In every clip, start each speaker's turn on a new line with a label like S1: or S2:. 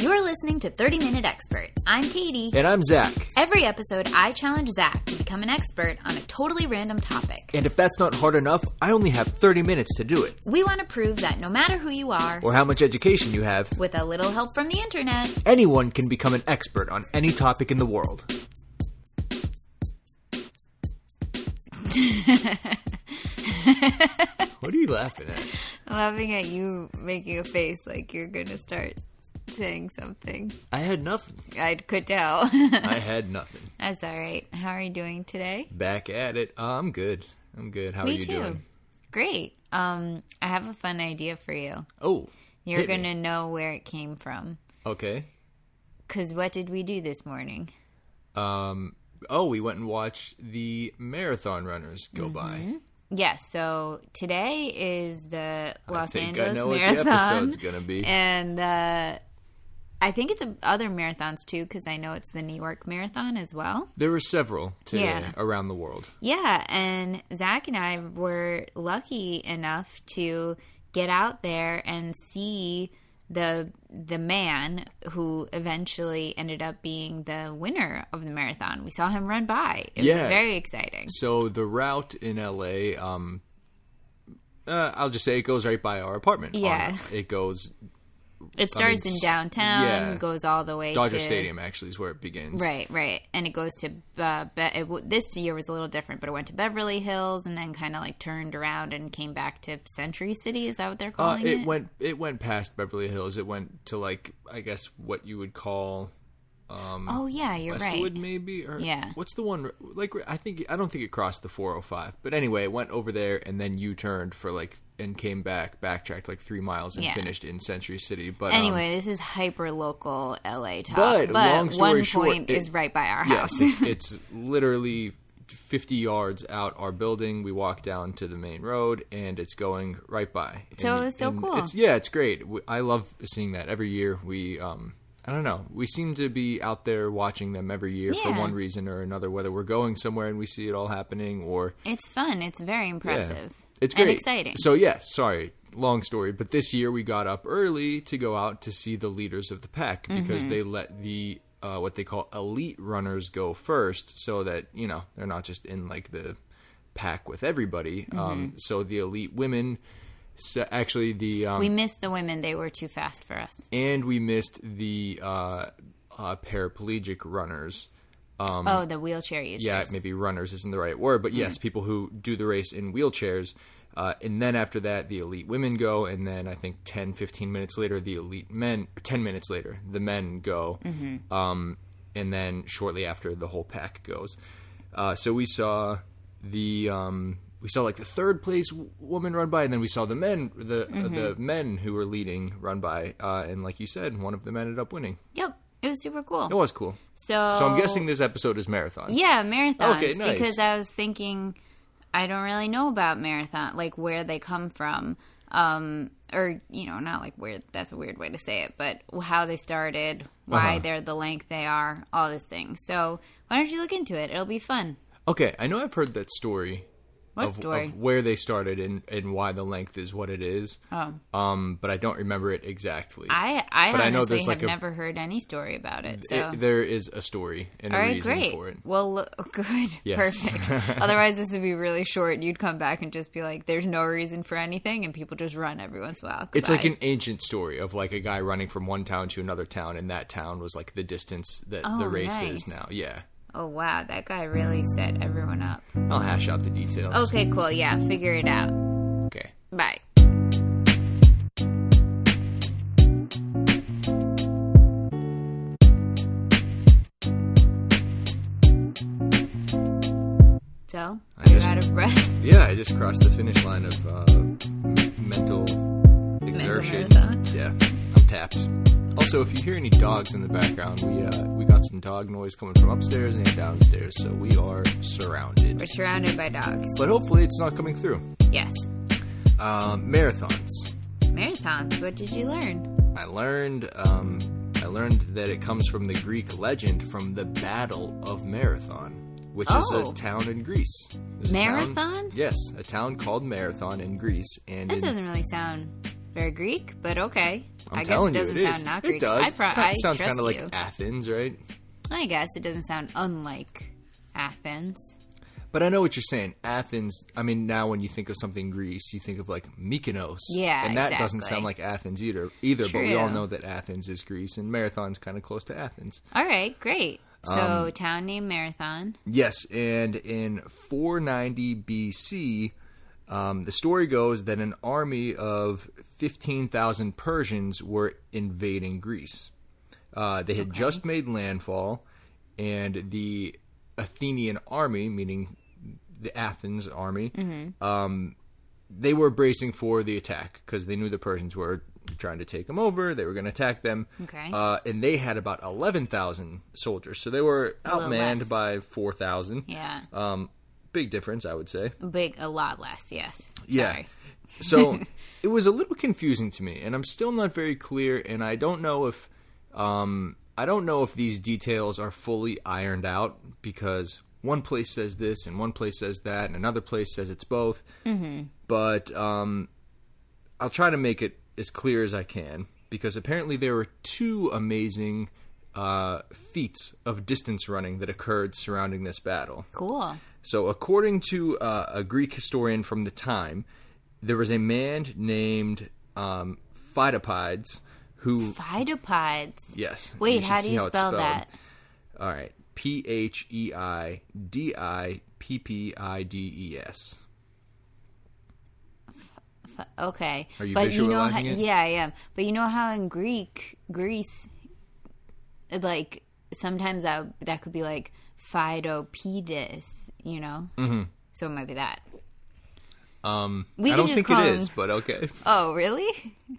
S1: listening to 30 Minute Expert. I'm Katie.
S2: And I'm Zach.
S1: Every episode, I challenge Zach to become an expert on a totally random topic.
S2: And if that's not hard enough, I only have 30 minutes to do it,
S1: We want to prove that no matter who you are,
S2: or how much education you have.
S1: with a little help from the internet,
S2: Anyone can become an expert on any topic in the world. what are you laughing at?
S1: laughing at you making a face like you're going to start saying something.
S2: I had nothing.
S1: I could tell.
S2: I had nothing.
S1: That's all right. How are you doing today?
S2: Back at it. Oh, I'm good. I'm good. How are
S1: Me
S2: you
S1: too.
S2: doing?
S1: Great. Um, I have a fun idea for you.
S2: Oh.
S1: You're
S2: hit me.
S1: going to know where it came from.
S2: Okay.
S1: Because what did we do this morning?
S2: Um. Oh, we went and watched the marathon runners go
S1: Mm-hmm.
S2: by.
S1: Yes, so today is the Los
S2: I think
S1: Angeles
S2: I know what the
S1: Marathon,
S2: episode's gonna be.
S1: and uh, I think it's a, other marathons too, because I know it's the New York Marathon as well.
S2: There were several today
S1: Yeah.
S2: around the world.
S1: Yeah, and Zach and I were lucky enough to get out there and see the the man who eventually ended up being the winner of the marathon. We saw him run by. It
S2: Yeah.
S1: was very exciting.
S2: So the route in LA, um, uh, I'll just say it goes right by our apartment.
S1: Yeah.
S2: On- it goes
S1: It starts in
S2: s-
S1: downtown,
S2: yeah.
S1: goes all the way
S2: Dodger
S1: to
S2: Stadium actually is where it begins.
S1: Right, right, and it goes to uh, Be- it w- this year was a little different, but it went to Beverly Hills and then kind of like turned around and came back to Century City. Is that what they're
S2: Uh,
S1: calling
S2: it
S1: it?
S2: went it went past Beverly Hills. It went to like I guess what you would call
S1: oh yeah, you're
S2: Westwood
S1: right.
S2: maybe or
S1: Yeah.
S2: What's the one like I think I don't think it crossed the 405. But anyway, it went over there and then U turned for like and came back, backtracked like 3 miles and
S1: Yeah.
S2: finished in Century City. But um,
S1: Anyway, this is hyper local LA talk,
S2: But,
S1: but,
S2: long story
S1: one
S2: short,
S1: point
S2: it-
S1: is right by our
S2: Yes,
S1: house.
S2: it- it's literally 50 yards out our building. We walk down to the main road, and it's going right by.
S1: So
S2: And-
S1: it was so
S2: and
S1: cool.
S2: It's, yeah, it's great. W- I love seeing that every year. We, um, I don't know, we seem to be out there watching them every year for
S1: Yeah.
S2: one reason or another. Whether we're going somewhere and we see it all happening, or
S1: it's fun. It's very
S2: yeah.
S1: impressive.
S2: it's great,
S1: and exciting.
S2: So yeah, sorry. Long story, but this year we got up early to go out to see the leaders of the pack because
S1: Mm-hmm.
S2: they let the uh, what they call elite runners go first, so that you know they're not just in like the pack with everybody.
S1: Mm-hmm.
S2: Um, so the elite women, so actually the um,
S1: we missed the women; they were too fast for us.
S2: and we missed the uh, uh, paraplegic runners.
S1: oh, the wheelchair users.
S2: Um, yeah, maybe runners isn't the right word, but yes, people who do the race in wheelchairs. Uh, and then after that, the elite women go, and then I think 10, 15 minutes later, the elite men, or 10 minutes later, the men go. Um, and then shortly after, the whole pack goes. Uh, so we saw the. Um, we saw like the third place w- woman run by, and then we saw the men, the the men who were leading run by, uh, and like you said, one of them ended up winning.
S1: Yep, it was super cool.
S2: It was cool.
S1: So,
S2: So I'm guessing this episode is marathon.
S1: Yeah, marathons.
S2: Okay, nice.
S1: Because I was thinking, I don't really know about marathon, like where they come from, um, or you know, not like where. That's a weird way to say it, but how they started, why
S2: Uh-huh.
S1: they're the length they are, all this thing. So why don't you look into it? It'll be fun.
S2: Okay, I know I've heard that story.
S1: What
S2: of,
S1: story?
S2: of where they started and, and why the length is what it is.
S1: Oh.
S2: Um, but I don't remember it exactly.
S1: I I
S2: But I know
S1: honestly
S2: there's,
S1: have
S2: like, a-
S1: never heard any story about it. So.
S2: It- there is a story and
S1: all
S2: a
S1: right,
S2: reason
S1: great.
S2: for it.
S1: Well, look, good,
S2: Yes.
S1: perfect. Otherwise, this would be really short, and you'd come back and just be like, "There's no reason for anything," and people just run every once in a while.
S2: It's
S1: Goodbye.
S2: like an ancient story of like a guy running from one town to another town, and that town was like the distance that
S1: Oh,
S2: the race
S1: nice.
S2: is now. Yeah,
S1: Oh wow, that guy really set everyone up.
S2: I'll hash out the details.
S1: Okay, cool. Yeah, figure it out.
S2: Okay.
S1: Bye. So,
S2: I
S1: you're
S2: just-
S1: out of breath.
S2: Yeah, I just crossed the finish line of uh, m- mental exertion.
S1: marathon.
S2: yeah, I'm tapped. Also, if you hear any dogs in the background, we uh, we got some dog noise coming from upstairs and downstairs, so we are
S1: We're
S2: surrounded.
S1: surrounded by dogs.
S2: But hopefully, it's not coming through.
S1: Yes.
S2: Um, marathons.
S1: Marathons. What did you learn?
S2: I learned um, I learned that it comes from the Greek legend from the Battle of Marathon, which is
S1: Oh.
S2: a town in Greece. There's a town-
S1: Marathon?
S2: yes, a town called Marathon in Greece, and
S1: That
S2: in,
S1: doesn't really sound Very Greek, but okay.
S2: I'm
S1: I guess
S2: telling
S1: it doesn't
S2: you, it
S1: sound
S2: is.
S1: not
S2: It
S1: Greek.
S2: does.
S1: I, pro-
S2: Kinda
S1: I
S2: sounds
S1: trust
S2: kind of like
S1: you.
S2: Athens, right?
S1: I guess it doesn't sound unlike Athens.
S2: But I know what you're saying. Athens. I mean, now when you think of something Greece, you think of like Mykonos.
S1: Yeah,
S2: and that doesn't
S1: exactly.
S2: sound like Athens either. Either, but we all
S1: True.
S2: know that Athens is Greece, and Marathon's kind of close to Athens.
S1: All right, great.
S2: Um,
S1: So, town name Marathon.
S2: Yes, and in 490 BC, um, the story goes that an army of 15,000 Persians were invading Greece. Uh, they had just made landfall, and the Athenian army, meaning the Athens army,
S1: Mm-hmm.
S2: um, they were bracing for the attack because they knew the Persians were trying to take them over. They were going to attack them.
S1: Okay.
S2: Uh, and they had about 11,000 soldiers. So they were
S1: little less.
S2: outmanned by 4,000.
S1: Yeah.
S2: Um, big difference, I would say.
S1: Big, a lot less, yes.
S2: Yeah.
S1: Sorry.
S2: So it was a little confusing to me, and I'm still not very clear, and I don't know if um, I don't know if these details are fully ironed out because one place says this and one place says that, and another place says it's both. Mm-hmm. But um, I'll try to make it as clear as I can because apparently there were two amazing uh, feats of distance running that occurred surrounding this battle.
S1: Cool.
S2: So, according to uh, a Greek historian from the time, there was a man named um, Phytopides who.
S1: Phytopods.
S2: Yes.
S1: Wait,
S2: should
S1: how do
S2: see
S1: you
S2: it's
S1: spell
S2: spelled.
S1: that?
S2: All right. P H E I D I P P I D E S.
S1: F- Okay.
S2: Are you
S1: but you know how,
S2: visualizing it?
S1: Yeah, I am. But you know how in Greek, Greece, like, sometimes that, that could be like Phytopedis, you know? Mm-hmm. So it might be that.
S2: Um,
S1: We
S2: I
S1: can
S2: don't
S1: just
S2: think
S1: call
S2: it
S1: him-
S2: is, but okay.
S1: Oh, really?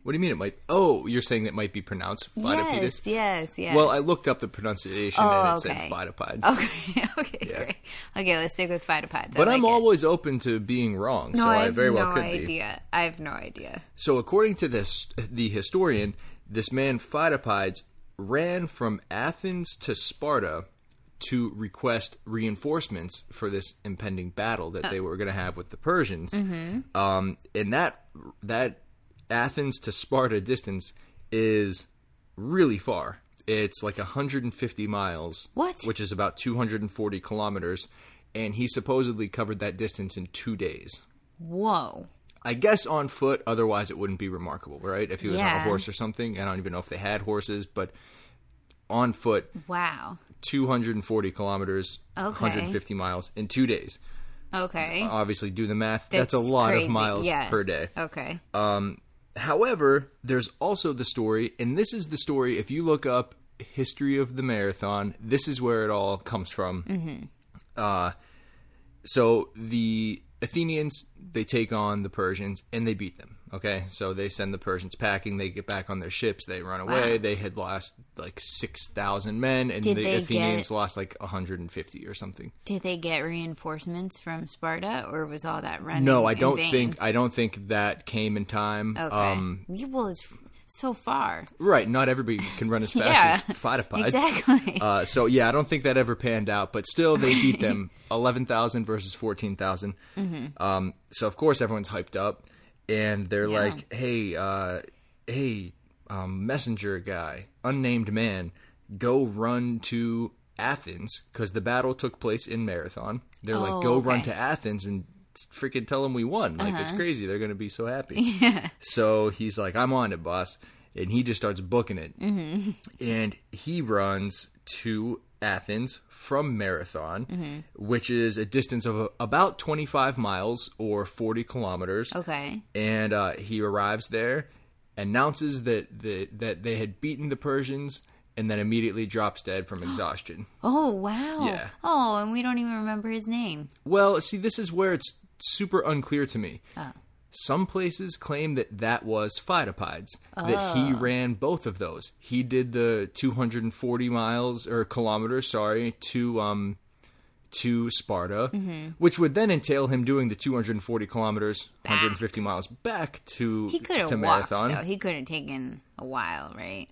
S2: What do you mean it might? Oh, you're saying it might be pronounced Phytopides?
S1: Yes, yes, yes.
S2: Well, I looked up the pronunciation
S1: Oh,
S2: and it
S1: okay. Oh,
S2: said Phytopides.
S1: okay, okay, great. Okay, let's stick with Phytopods.
S2: But
S1: I
S2: I'm
S1: like it.
S2: always open to being wrong,
S1: No,
S2: so
S1: I
S2: I,
S1: have
S2: very well
S1: no
S2: could be.
S1: idea. I have no idea.
S2: So, according to this, the historian, this man Phytopides ran from Athens to Sparta to request reinforcements for this impending battle that they were going to have with the Persians. Um, and that that Athens to Sparta distance is really far. It's like 150 miles,
S1: What?
S2: which is about 240 kilometers, and he supposedly covered that distance in two days.
S1: Whoa.
S2: I guess on foot, otherwise it wouldn't be remarkable, right? If he was on
S1: Yeah.
S2: a horse or something. I don't even know if they had horses, but on foot,
S1: Wow.
S2: 240 kilometers,
S1: Okay.
S2: 150 miles in two days.
S1: Okay.
S2: Obviously, do the math.
S1: That's
S2: That's, a lot
S1: crazy.
S2: of miles
S1: Yeah.
S2: per day.
S1: okay.
S2: However, there's also the story, and this is the story. If you look up history of the marathon, this is where it all comes from. Mm-hmm. Uh, so the Athenians they take on the Persians and they beat them. Okay, so they send the Persians packing. They get back on their ships. They run away. They had lost like six thousand men, and
S1: Did
S2: the
S1: they
S2: Athenians
S1: get-
S2: lost like hundred and fifty or something.
S1: Did they get reinforcements from Sparta, or was all that running?
S2: No, I
S1: in
S2: don't
S1: vain?
S2: think I don't think that came in time.
S1: Okay.
S2: Um,
S1: well, it's f- so far.
S2: Right, not everybody can run as fast
S1: Yeah,
S2: as Phytopods.
S1: exactly.
S2: Uh, so yeah, I don't think that ever panned out, but still they beat them eleven thousand versus fourteen
S1: Mm-hmm.
S2: Um, so of course everyone's hyped up, and they're like, "Hey, uh, hey, um, messenger guy, unnamed man, go run to Athens because the battle took place in Marathon." They're
S1: Oh,
S2: like, "Go run
S1: okay. Uh-huh.
S2: to Athens and." Freaking tell them we won! Like it's crazy. They're gonna be so happy. So he's like, I'm on it, boss. And he just starts booking it. Mm-hmm. And he runs to Athens from Marathon, which is a distance of uh, about 25 miles or 40 kilometers.
S1: Okay.
S2: And uh, he arrives there, announces that, the, that they had beaten the Persians, and then immediately drops dead from exhaustion.
S1: Oh wow.
S2: Yeah.
S1: Oh, and we don't even remember his name.
S2: Well, see, this is where it's super unclear to me.
S1: Ah.
S2: Some places claim that that was Phytopides, that
S1: Ah.
S2: he ran both of those. He did the 240 miles or kilometers, sorry, to um to Sparta,
S1: Mm-hmm.
S2: which would then entail him doing the 240 kilometers, 150 miles back to
S1: He could have
S2: to
S1: walked
S2: marathon. Uh,
S1: though. He could have taken a while, right?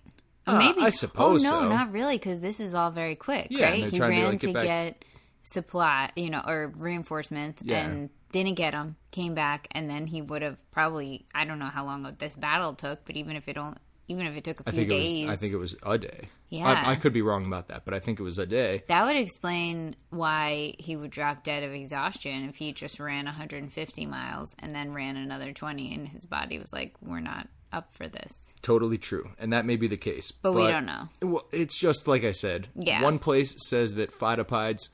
S1: Or maybe
S2: I suppose
S1: Oh no,
S2: so.
S1: not really, because this is all very quick,
S2: Yeah, and
S1: right?
S2: they're
S1: He
S2: trying to,
S1: ran
S2: like,
S1: to
S2: get back-
S1: get supply, you know, or reinforcements,
S2: Yeah.
S1: and didn't get him, came back, and then he would have probably I don't know how long this battle took, but even if it only even if it took a
S2: I
S1: few
S2: think it
S1: days,
S2: was. I think it was a day.
S1: Yeah.
S2: I, I could be wrong about that, but I think it was a day.
S1: that would explain why he would drop dead of exhaustion if he just ran 150 miles and then ran another 20, and his body was like, "We're not up for this."
S2: Totally true, and that may be the case.
S1: But we don't know.
S2: Well, it's just like I said.
S1: Yeah.
S2: One place says that Phytopides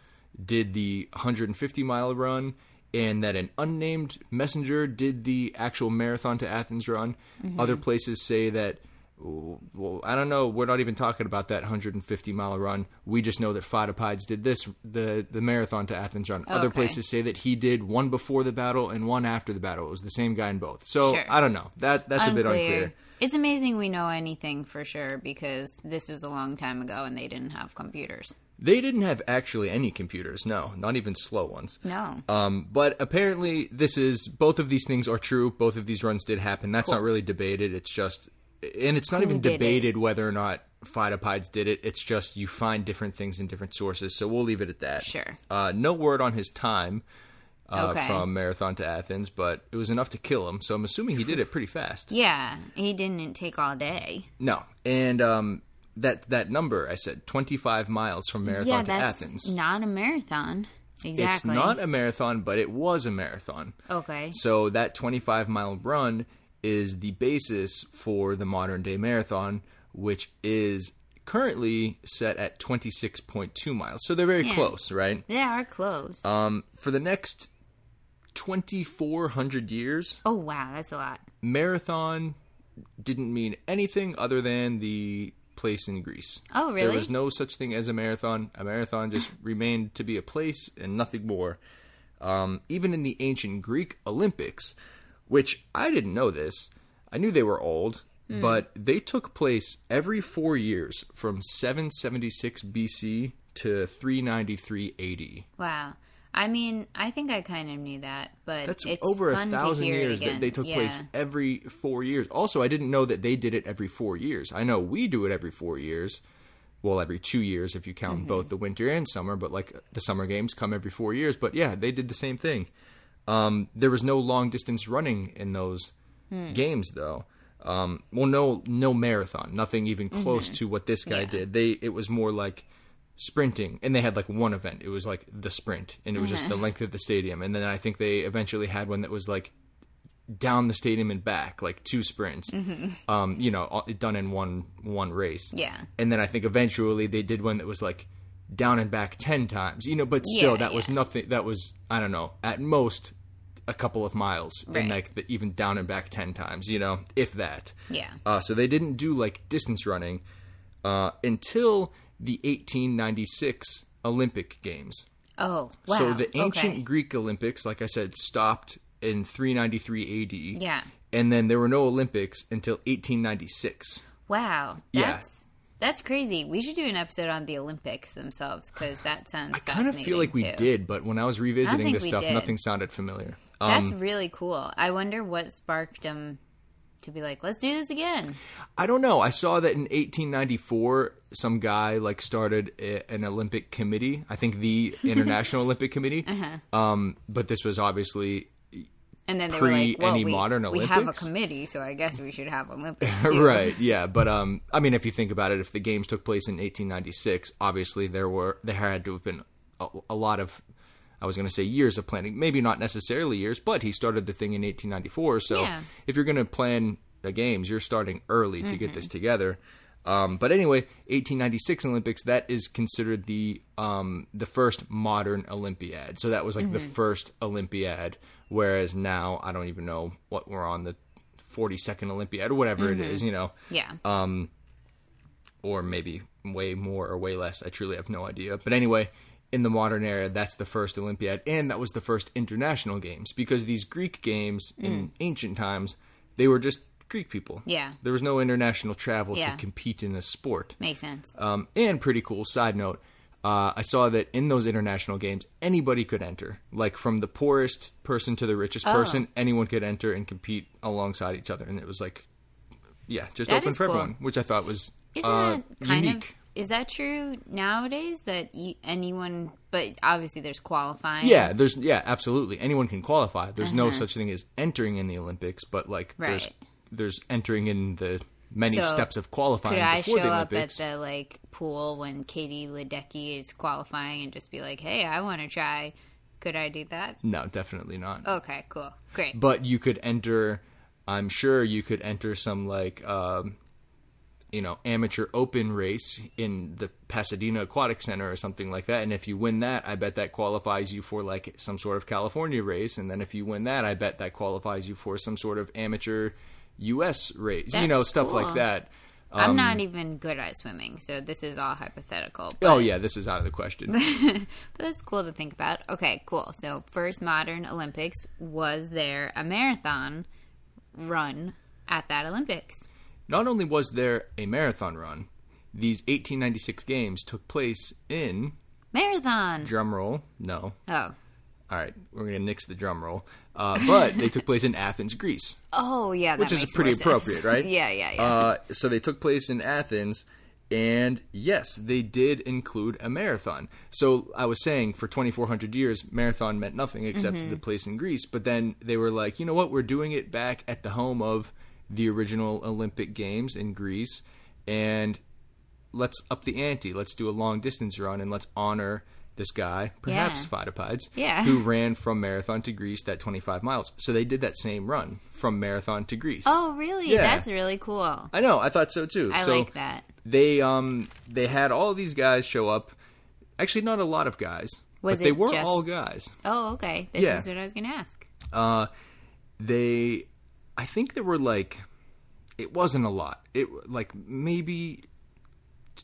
S2: did the 150 mile run, and that an unnamed messenger did the actual marathon to Athens run.
S1: Mm-hmm.
S2: Other places say that. Well, I don't know. We're not even talking about that 150 mile run. We just know that Phytopides did this the the marathon to Athens run. Other
S1: Okay.
S2: places say that he did one before the battle and one after the battle. It was the same guy in both. So
S1: Sure.
S2: I don't know. That that's a bit unclear.
S1: It's amazing we know anything for sure because this was a long time ago and they didn't have computers.
S2: They didn't have actually any computers, no, not even slow ones.
S1: No.
S2: Um, but apparently, this is both of these things are true. Both of these runs did happen. That's not really debated. It's just, and it's not even
S1: did it?
S2: debated whether or not Phytopides did it. It's just you find different things in different sources. So we'll leave it at that.
S1: Sure.
S2: Uh, no word on his time uh,
S1: Okay.
S2: from Marathon to Athens, but it was enough to kill him. So I'm assuming he did it pretty fast.
S1: Yeah, he didn't take all day.
S2: No, and um, that that number I said, 25 miles from Marathon
S1: yeah,
S2: to
S1: that's
S2: Athens.
S1: not a marathon. Exactly.
S2: It's not a marathon, but it was a marathon.
S1: okay.
S2: So that 25 mile run is the basis for the modern day marathon, which is currently set at 26.2 miles. So they're very
S1: Yeah.
S2: close, right?
S1: They are close.
S2: Um, for the next 2,400 years,
S1: oh wow, that's a lot.
S2: marathon didn't mean anything other than the place in Greece.
S1: Oh
S2: There
S1: really?
S2: was no such thing as a marathon. A marathon just remained to be a place and nothing more. Um, even in the ancient Greek Olympics, which I didn't know this, I knew they were old,
S1: Hmm.
S2: but they took place every four years from 776 BC to 393 AD.
S1: wow. I mean, I think I kind of knew that, but
S2: That's
S1: it's
S2: over a
S1: fun
S2: thousand
S1: to hear it
S2: years
S1: again.
S2: that they took
S1: yeah.
S2: place every four years. Also, I didn't know that they did it every four years. I know we do it every four years. Well, every two years if you count
S1: Mm-hmm.
S2: both the winter and summer, but like the summer games come every four years. But yeah, they did the same thing. Um, there was no long distance running in those
S1: Hmm.
S2: games, though. Um, well, no, no marathon, nothing even
S1: Mm-hmm.
S2: close to what this guy did. They it was more like sprinting, and they had like one event. It was like the sprint, and it was just the
S1: Mm-hmm.
S2: length of the stadium. And then I think they eventually had one that was like down the stadium and back, like two sprints. Um, you know, all- done in one one race.
S1: Mm-hmm. Yeah.
S2: And then I think eventually they did one that was like down and back ten times. You know, but still
S1: Yeah,
S2: that was
S1: yeah.
S2: nothing. That was I don't know at most a couple of miles
S1: Right.
S2: and like the, even down and back 10 times you know if that
S1: Yeah.
S2: uh, so they didn't do like distance running uh, until the 1896 olympic games
S1: Oh wow.
S2: so the ancient
S1: Okay.
S2: greek olympics like i said stopped in 393 ad
S1: Yeah.
S2: and then there were no olympics until 1896
S1: Wow.
S2: Yeah.
S1: That's that's crazy. We should do an episode on the Olympics themselves because that sounds
S2: i kind
S1: fascinating.
S2: of feel like we
S1: too.
S2: did but when i was revisiting
S1: think
S2: this
S1: we
S2: stuff
S1: did.
S2: nothing sounded familiar
S1: That's
S2: um,
S1: really cool. I wonder what sparked him to be like, let's do this again.
S2: I don't know. I saw that in 1894, some guy like started a, an Olympic committee. I think the International Olympic Committee.
S1: Uh-huh.
S2: Um, but this was obviously
S1: And then they were
S2: Pre
S1: like, well,
S2: any
S1: we,
S2: modern
S1: we have a
S2: Olympics?
S1: committee, so I guess we should have Olympics. Too.
S2: right. Yeah, but um, I mean, if you think about it, if the games took place in 1896, obviously there were there had to have been a, a lot of. I was going to say years of planning, maybe not necessarily years, but he started the thing in 1894. So
S1: Yeah.
S2: if you're going to plan the games, you're starting early to get this together. Um, but anyway, 1896 Olympics that is considered the um, the first modern Olympiad. So that was like the first Olympiad. Whereas now I don't even know what we're on the 42nd Olympiad or whatever it is, you know,
S1: Yeah.
S2: or maybe way more or way less. I truly have no idea. But anyway, in the modern era, that's the first Olympiad, and that was the first international games because these Greek games in ancient times they were just Greek people.
S1: Hmm. Yeah.
S2: there was no international travel
S1: Yeah.
S2: to compete in a sport.
S1: Makes sense.
S2: Um, and pretty cool side note. Uh, I saw that in those international games, anybody could enter. Like from the poorest person to the richest
S1: Oh.
S2: person, anyone could enter and compete alongside each other. And it was like, yeah, just
S1: That
S2: open
S1: is
S2: for
S1: cool.
S2: everyone, which I thought was
S1: Isn't
S2: uh,
S1: that kind
S2: unique.
S1: of is that true nowadays that you, anyone? But obviously, there's qualifying.
S2: Yeah, there's yeah, absolutely. Anyone can qualify. There's no such thing as entering in the Olympics, but like there's
S1: Uh-huh. Right.
S2: there's entering in the many
S1: So,
S2: steps of qualifying
S1: Could I
S2: before
S1: show
S2: the
S1: up at
S2: Olympics.
S1: the like pool when Katie Ledecky is qualifying and just be like, "Hey, I want to try." Could I do that?
S2: No, definitely not.
S1: Okay, cool, great.
S2: but you could enter i'm sure you could enter some like um you know amateur open race in the pasadena aquatic center or something like that and if you win that i bet that qualifies you for like some sort of california race and then if you win that i bet that qualifies you for some sort of amateur us race you know
S1: That's
S2: stuff
S1: cool.
S2: like that
S1: I'm not even good at swimming, so this is all hypothetical. But,
S2: um, oh yeah this is out of the question
S1: but that's cool to think about. Okay, cool. So first modern Olympics was there a marathon run at that Olympics?
S2: not only was there a marathon run these 1896 games took place in
S1: Marathon.
S2: drum roll no
S1: Oh,
S2: All right, we're going to nix the drum roll. Uh, but they took place in Athens, Greece,
S1: oh yeah, that
S2: which is
S1: makes
S2: pretty
S1: more sense.
S2: appropriate, right?
S1: yeah, yeah, yeah.
S2: Uh, so they took place in Athens, and yes, they did include a marathon. So I was saying for 2,400 years, marathon meant nothing except
S1: Mm-hmm.
S2: the place in Greece. But then they were like, you know what? We're doing it back at the home of the original Olympic Games in Greece, and let's up the ante. Let's do a long distance run, and let's honor this guy, perhaps
S1: Yeah.
S2: Phytopods,
S1: Yeah.
S2: who ran from Marathon to Greece that 25 miles. So they did that same run from Marathon to Greece.
S1: oh really?
S2: yeah.
S1: That's really cool.
S2: I know. I thought so too.
S1: I
S2: so
S1: like that.
S2: They um they had all these guys show up. Actually, not a lot of guys,
S1: Was
S2: but they
S1: it
S2: were
S1: just-
S2: all guys.
S1: Oh, okay. This
S2: Yeah.
S1: is what I was going to ask.
S2: Uh, they, I think there were like, it wasn't a lot. It like maybe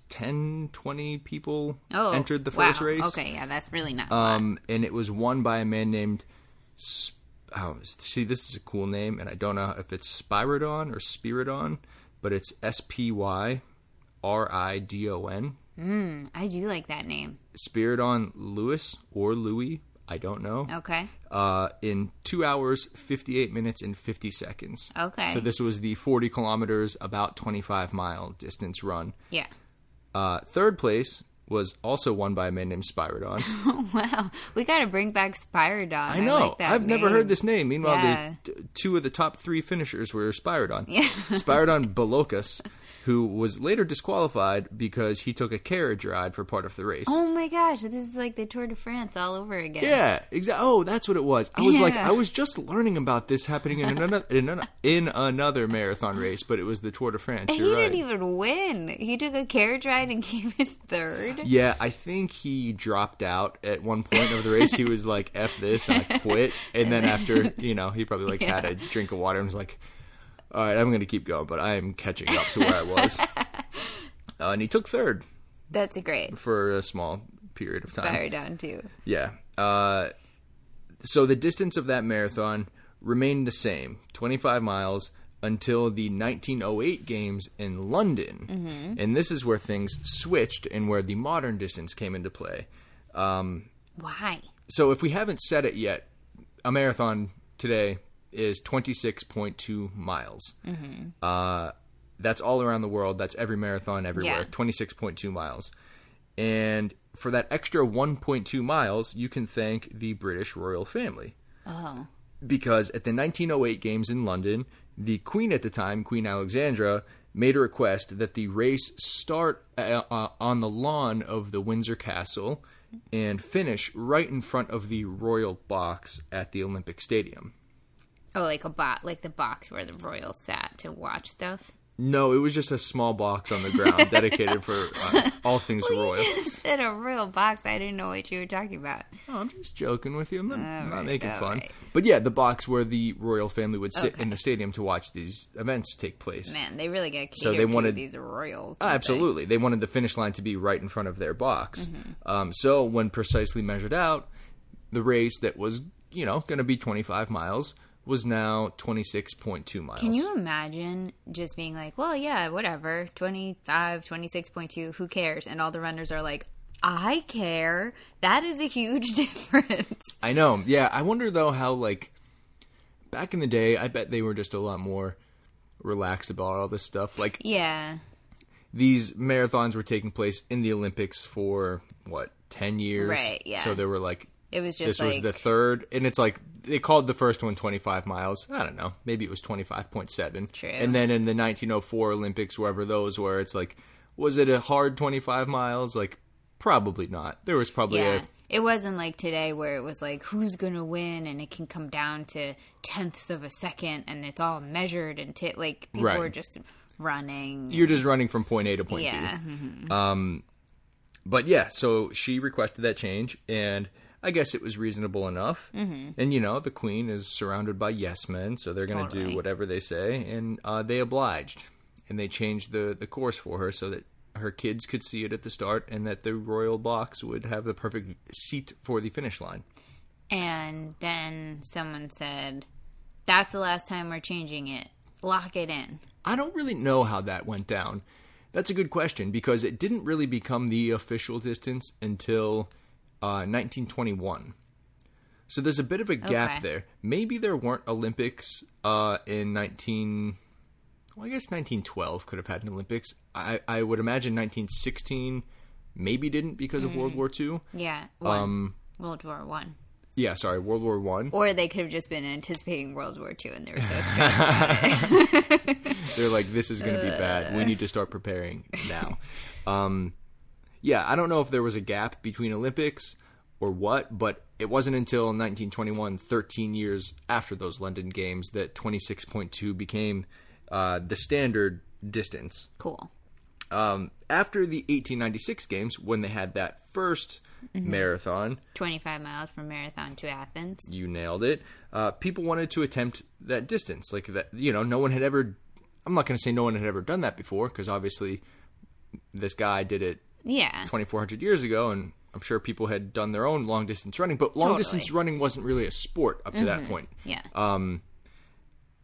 S2: 10, 20 people
S1: Oh,
S2: entered the
S1: wow.
S2: first race.
S1: Okay, yeah, that's really not.
S2: Um, and it was won by a man named. Sp- oh, see, this is a cool name, and I don't know if it's Spiridon or Spiridon, but it's S P Y R I D O N.
S1: I do like that name.
S2: Spiridon Lewis or Louis, I don't know.
S1: Okay,
S2: Uh, in two hours, fifty-eight minutes, and fifty seconds.
S1: Okay.
S2: So this was the forty kilometers, about twenty-five mile distance run.
S1: yeah.
S2: Uh, third place was also won by a man named Spiridon.
S1: Wow, we got to bring back Spiridon. I
S2: I know.
S1: like that
S2: I've never
S1: name.
S2: heard this name. Meanwhile,
S1: Yeah.
S2: the t- two of the top three finishers were Spiridon. Yeah. Spiridon Bolokas, who was later disqualified because he took a carriage ride for part of the race.
S1: Oh my gosh, this is like the Tour de France all over again.
S2: Yeah, exactly. Oh, that's what it was. I was like,
S1: Yeah.
S2: I was just learning about this happening in another in, another, in another marathon race, but it was the Tour de France.
S1: He
S2: You're right.
S1: didn't even win. He took a carriage ride and came in third.
S2: yeah, I think he dropped out at one point of the race. He was like, "F this," and I quit. And then after, you know, he probably like had a drink of water and was like, "All right, I'm going to keep going, but I am catching up to where I was." uh, and he took third
S1: That's a great
S2: for a small period of time.
S1: Spiridon too.
S2: Yeah. Uh, so the distance of that marathon remained the same, 25 miles, until the 1908 games in London. And this is where things switched and where the modern distance came into play.
S1: Why?
S2: So if we haven't said it yet, a marathon today is 26.2 miles. Uh, that's all around the world. That's every marathon everywhere.
S1: Yeah.
S2: 26.2 miles. And for that extra 1.2 miles, you can thank the British royal family.
S1: Oh,
S2: Because at the 1908 Games in London, the Queen at the time, Queen Alexandra, made a request that the race start uh, uh, on the lawn of the Windsor Castle and finish right in front of the royal box at the Olympic Stadium.
S1: oh, like a bot, like the box where the royals sat to watch stuff.
S2: No, it was just a small box on the ground dedicated for uh, all things royal.
S1: In a real box, I didn't know what you were talking about.
S2: No, Oh, I'm just joking with you. I'm not, I'm not
S1: right,
S2: making
S1: all
S2: fun.
S1: right.
S2: But yeah, the box where the royal family would sit in the stadium to watch these events take place.
S1: Man, they really got catered
S2: they wanted-
S1: to these royals.
S2: Ah,
S1: don't they?
S2: Absolutely. They wanted the finish line to be right in front of their box.
S1: Mm-hmm.
S2: Um, so when precisely measured out, the race that was, you know, going to be 25 miles was now 26.2 miles.
S1: Can you imagine just being like, well, yeah, whatever, 25, 26.2, who cares? And all the runners are like, I care. That is a huge difference.
S2: I know. Yeah. I wonder, though, how, like, back in the day, I bet they were just a lot more relaxed about all this stuff. Like,
S1: Yeah.
S2: these marathons were taking place in the Olympics for what ten years,
S1: Right, yeah.
S2: So there were like
S1: It was just
S2: this
S1: like
S2: was the third, and it's like they called the first one 25 miles. I don't know, maybe it was 25.7.
S1: True.
S2: And then in the 1904 Olympics, wherever those were, it's like, was it a hard 25 miles? Like, probably not. There was probably
S1: yeah.
S2: a
S1: It wasn't like today where it was like who's gonna win and it can come down to tenths of a second and it's all measured and t- like people
S2: Right.
S1: were just running.
S2: you're just running from point A to point B.
S1: yeah,
S2: But yeah, so she requested that change, and I guess it was reasonable enough. Mm-hmm. And you know, the queen is surrounded by yes men, so they're going to
S1: Totally.
S2: do whatever they say, and uh, they obliged, and they changed the the course for her so that her kids could see it at the start, and that the royal box would have the perfect seat for the finish line.
S1: and then someone said, "That's the last time we're changing it. Lock it in."
S2: I don't really know how that went down. That's a good question because it didn't really become the official distance until uh, 1921. So there's a bit of a gap
S1: Okay.
S2: there. Maybe there weren't Olympics uh, in 19. Well, I guess 1912 could have had an Olympics. I, I would imagine 1916 maybe didn't because of World War II.
S1: Yeah, one.
S2: Um,
S1: World War One.
S2: Yeah, sorry, World War One.
S1: Or they could have just been anticipating World War Two and they were so stressed.
S2: They're like, this is going to be bad. We need to start preparing now. um, yeah, I don't know if there was a gap between Olympics or what, but it wasn't until 1921, 13 years after those London Games, that 26.2 became uh, the standard distance.
S1: cool.
S2: Um, after the 1896 Games, when they had that 1st marathon,
S1: Twenty-five miles from Marathon to Athens.
S2: you nailed it. Uh, people wanted to attempt that distance, like that. You know, no one had ever. I'm not going to say no one had ever done that before, because obviously, this guy did it
S1: Yeah,
S2: 2,400 years ago, and I'm sure people had done their own long distance running. But long distance
S1: Totally.
S2: running wasn't really a sport up to that point
S1: yeah.
S2: Uh,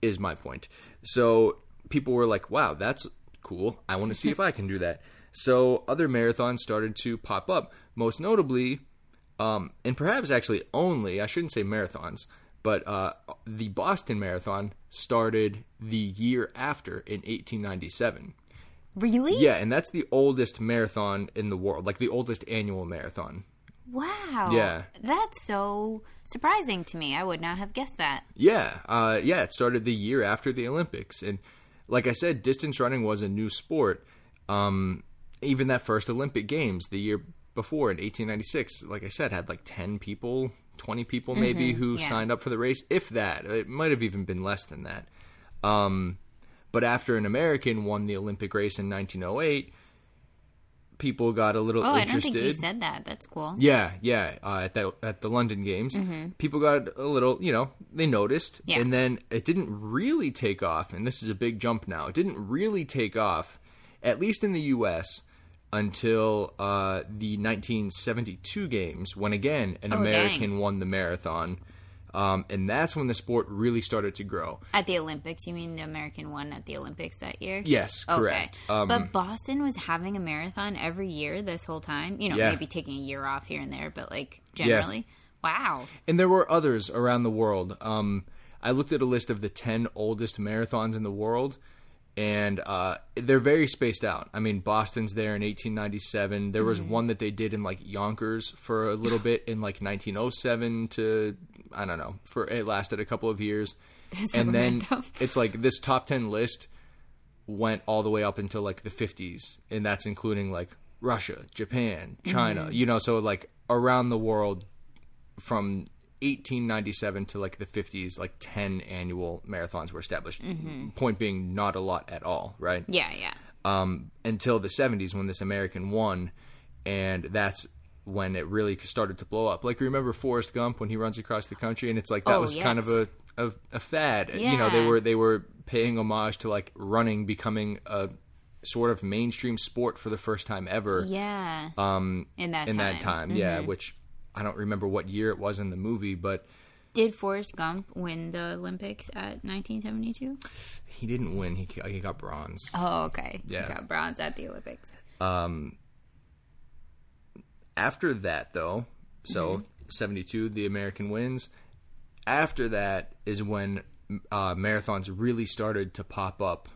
S2: is my point. So people were like, wow, that's cool. I want to see if I can do that. So other marathons started to pop up, most notably, um, and perhaps actually only, I shouldn't say marathons, but uh, the Boston Marathon started the year after in 1897.
S1: really?
S2: Yeah, and that's the oldest marathon in the world, like the oldest annual marathon.
S1: Wow.
S2: Yeah.
S1: That's so surprising to me. I would not have guessed that.
S2: Yeah, uh, yeah, it started the year after the Olympics, and like I said, distance running was a new sport. Um, even that first Olympic Games the year before in 1896, like I said, had like 10 people, 20 people maybe who
S1: Mm-hmm, yeah.
S2: signed up for the race, if that. It might have even been less than that. Um, but after an American won the Olympic race in 1908, people got a little
S1: Oh, I don't
S2: interested.
S1: think you said that. That's cool.
S2: Yeah, yeah. Uh, at the at the London Games, people got a little, you know, they noticed,
S1: Mm-hmm. Yeah.
S2: and then it didn't really take off. And this is a big jump now. It didn't really take off, at least in the U.S. Until uh, the 1972 games, when again an
S1: Oh, dang.
S2: American won the marathon, um, and that's when the sport really started to grow.
S1: At the Olympics, you mean the American won at the Olympics that year?
S2: Yes, correct. Um,
S1: Okay. but Boston was having a marathon every year this whole time. You know,
S2: Yeah.
S1: maybe taking a year off here and there, but like generally. Wow.
S2: And there were others around the world. Um, I looked at a list of the 10 oldest marathons in the world, and uh, they're very spaced out. I mean, Boston's there in 1897. There was
S1: Mm-hmm.
S2: one that they did in like Yonkers for a little bit in like 1907 to, I don't know, for it lasted a couple of years.
S1: That's so
S2: and then
S1: random.
S2: it's like this top 10 list went all the way up until like the 50s and that's including like Russia, Japan, China,
S1: Mm-hmm.
S2: you know, so like around the world from 1897 to like the 50s like 10 annual marathons were established.
S1: Mm-hmm.
S2: Point being not a lot at all, right?
S1: Yeah, yeah.
S2: um, until the 70s when this American won, and that's when it really started to blow up. Like remember Forrest Gump when he runs across the country, and it's like that
S1: Oh,
S2: was kind of a, a a fad. You know, they
S1: Yeah.
S2: were they were paying homage to like running becoming a sort of mainstream sport for the first time ever
S1: Yeah. Um in that
S2: in
S1: time. Mm-hmm.
S2: that time. Yeah, which I don't remember what year it was in the movie, but
S1: Did Forrest Gump win the Olympics at 1972?
S2: he didn't win. He he got bronze.
S1: Oh, okay.
S2: Yeah.
S1: He got bronze at the Olympics.
S2: After that, though, so 72, the American wins. After that is when uh, marathons really started to pop up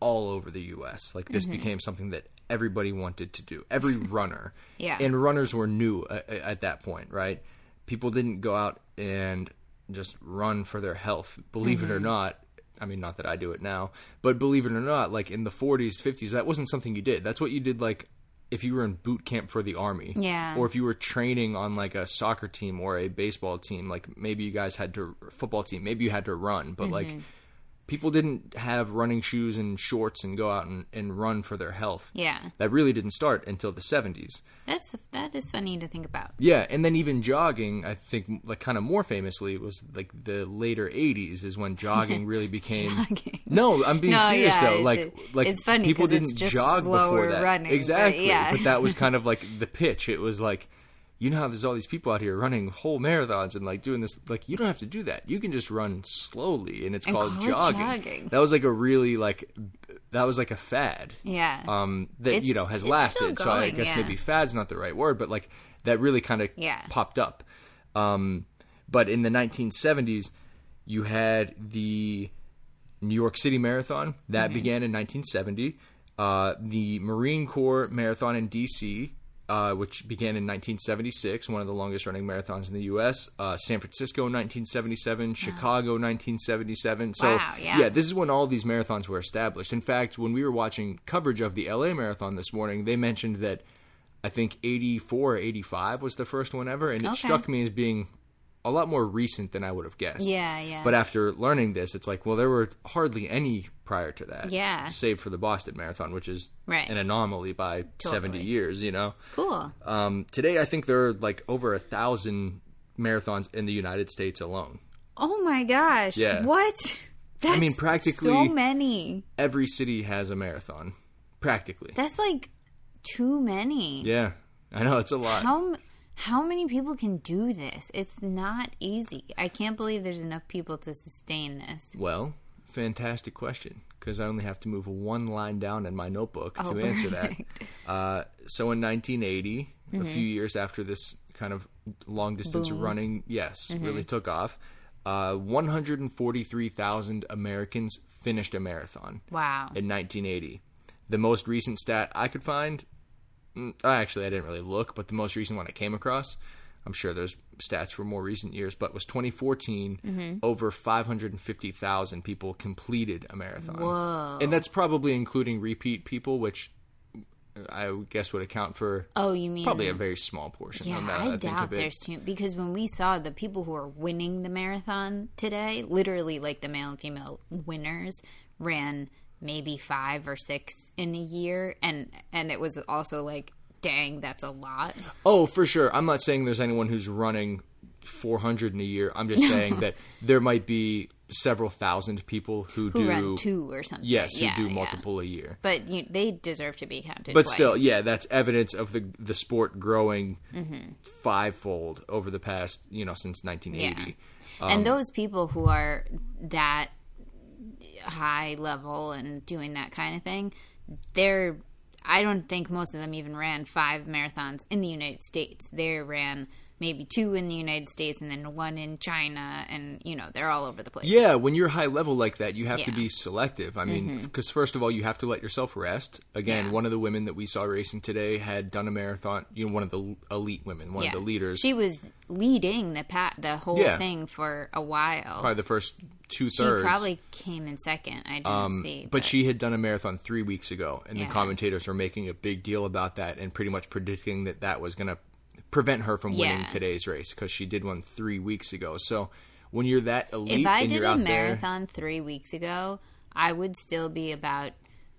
S2: all over the U.S. Like this became something that everybody wanted to do. Every runner.
S1: Yeah.
S2: And runners were new uh, at that point, right? People didn't go out and just run for their health. Believe it or not, I mean, not that I do it now, but believe it or not, like in the 40s, 50s, that wasn't something you did. That's what you did, like if you were in boot camp for the army,
S1: Yeah.
S2: or if you were training on like a soccer team or a baseball team, like maybe you guys had to football team, maybe you had to run, but like
S1: Mm-hmm.
S2: people didn't have running shoes and shorts and go out and, and run for their health.
S1: Yeah.
S2: That really didn't start until the 70s.
S1: That's that is funny to think about.
S2: Yeah, and then even jogging, I think, like kind of more famously, was like the later '80s is when jogging really became.
S1: Jogging.
S2: No, I'm being
S1: No,
S2: serious
S1: yeah,
S2: though. Like,
S1: it's-
S2: like
S1: it's funny
S2: people
S1: 'cause it's
S2: didn't
S1: just
S2: jog
S1: slower
S2: before that.
S1: running, but
S2: exactly,
S1: yeah.
S2: but that was kind of like the pitch. It was like, you know how there's all these people out here running whole marathons and like doing this. Like, you don't have to do that. You can just run slowly, and it's
S1: And
S2: called
S1: call it
S2: jogging.
S1: jogging.
S2: That was like a really like, that was like a fad
S1: Yeah.
S2: um, that
S1: It's-
S2: you know has
S1: it's
S2: lasted.
S1: still
S2: so I
S1: going,
S2: guess
S1: yeah.
S2: maybe fad's not the right word, but like that really kind of
S1: Yeah.
S2: popped up. Um, but in the 1970s, you had the New York City Marathon that
S1: Mm-hmm.
S2: began in 1970, uh, the Marine Corps Marathon in D.C. Uh, which began in 1976, one of the longest running marathons in the U.S. Uh, San Francisco 1977, Chicago 1977. So
S1: Wow, yeah.
S2: yeah, this is when all these marathons were established. In fact, when we were watching coverage of the LA marathon this morning, they mentioned that I think 84 or 85 was the first one ever, and it
S1: Okay.
S2: struck me as being a lot more recent than I would have guessed.
S1: Yeah, yeah.
S2: But after learning this, it's like, well, there were hardly any prior to that.
S1: Yeah.
S2: Save for the Boston Marathon, which is
S1: Right.
S2: an anomaly by 70
S1: Totally.
S2: years, you know?
S1: cool.
S2: Um, today, I think there are like over a thousand marathons in the United States alone.
S1: Oh my gosh.
S2: Yeah.
S1: What? That's
S2: mean, practically-
S1: so many.
S2: Every city has a marathon, practically.
S1: That's like too many.
S2: Yeah, I know it's a lot.
S1: How m- how many people can do this? It's not easy. I can't believe there's enough people to sustain this.
S2: well, fantastic question because I only have to move one line down in my notebook
S1: Oh,
S2: to answer
S1: perfect.
S2: that. Uh, so in 1980, a few years after this kind of long distance running, yes, really took off. Uh, 143,000 Americans finished a marathon
S1: Wow.
S2: in 1980. The most recent stat I could find, mm, I actually I didn't really look, but the most recent one I came across, I'm sure there's stats for more recent years, but was 2014.
S1: Mm-hmm.
S2: Over 550,000 people completed a marathon,
S1: Whoa.
S2: and that's probably including repeat people, which I would guess would account for
S1: Oh, you mean
S2: probably a very small portion.
S1: Yeah,
S2: on that,
S1: I,
S2: think
S1: doubt
S2: of it.
S1: there's too because when we saw the people who are winning the marathon today, literally like the male and female winners ran maybe five or six in a year, and and it was also like, dang, that's a lot.
S2: Oh, for sure. I'm not saying there's anyone who's running 400 in a year. I'm just saying that there might be several thousand people who,
S1: Who
S2: do
S1: ran two or something?
S2: yes, who
S1: Yeah,
S2: do
S1: yeah.
S2: multiple a year.
S1: But you, they deserve to be counted.
S2: But
S1: twice.
S2: still, yeah, that's evidence of the the sport growing
S1: Mm-hmm.
S2: fivefold over the past, you know, since 1980.
S1: and
S2: Um,
S1: those people who are that high level and doing that kind of thing they're i don't think most of them even ran five marathons in the united states they ran maybe two in the united states and then one in china and you know they're all over the place
S2: Yeah, when you're high level like that, you have to
S1: Yeah. Mm-hmm.
S2: be selective. I mean, because first of all, you have to let yourself rest. Again, one of the women that we saw racing today had done a marathon. You know, one of the elite women, one
S1: Yeah.
S2: of the leaders.
S1: she was leading the pat the whole
S2: Yeah.
S1: thing for a while
S2: probably the first two
S1: she
S2: thirds. Um,
S1: probably came in second i didn't see
S2: but she had done a marathon three weeks ago, and
S1: Yeah.
S2: the commentators were making a big deal about that and pretty much predicting that that was going to prevent her from winning
S1: Yeah.
S2: today's race because she did one three weeks ago. So when you're that elite
S1: If I
S2: and
S1: did
S2: you're
S1: a
S2: out there,
S1: marathon three weeks ago, I would still be about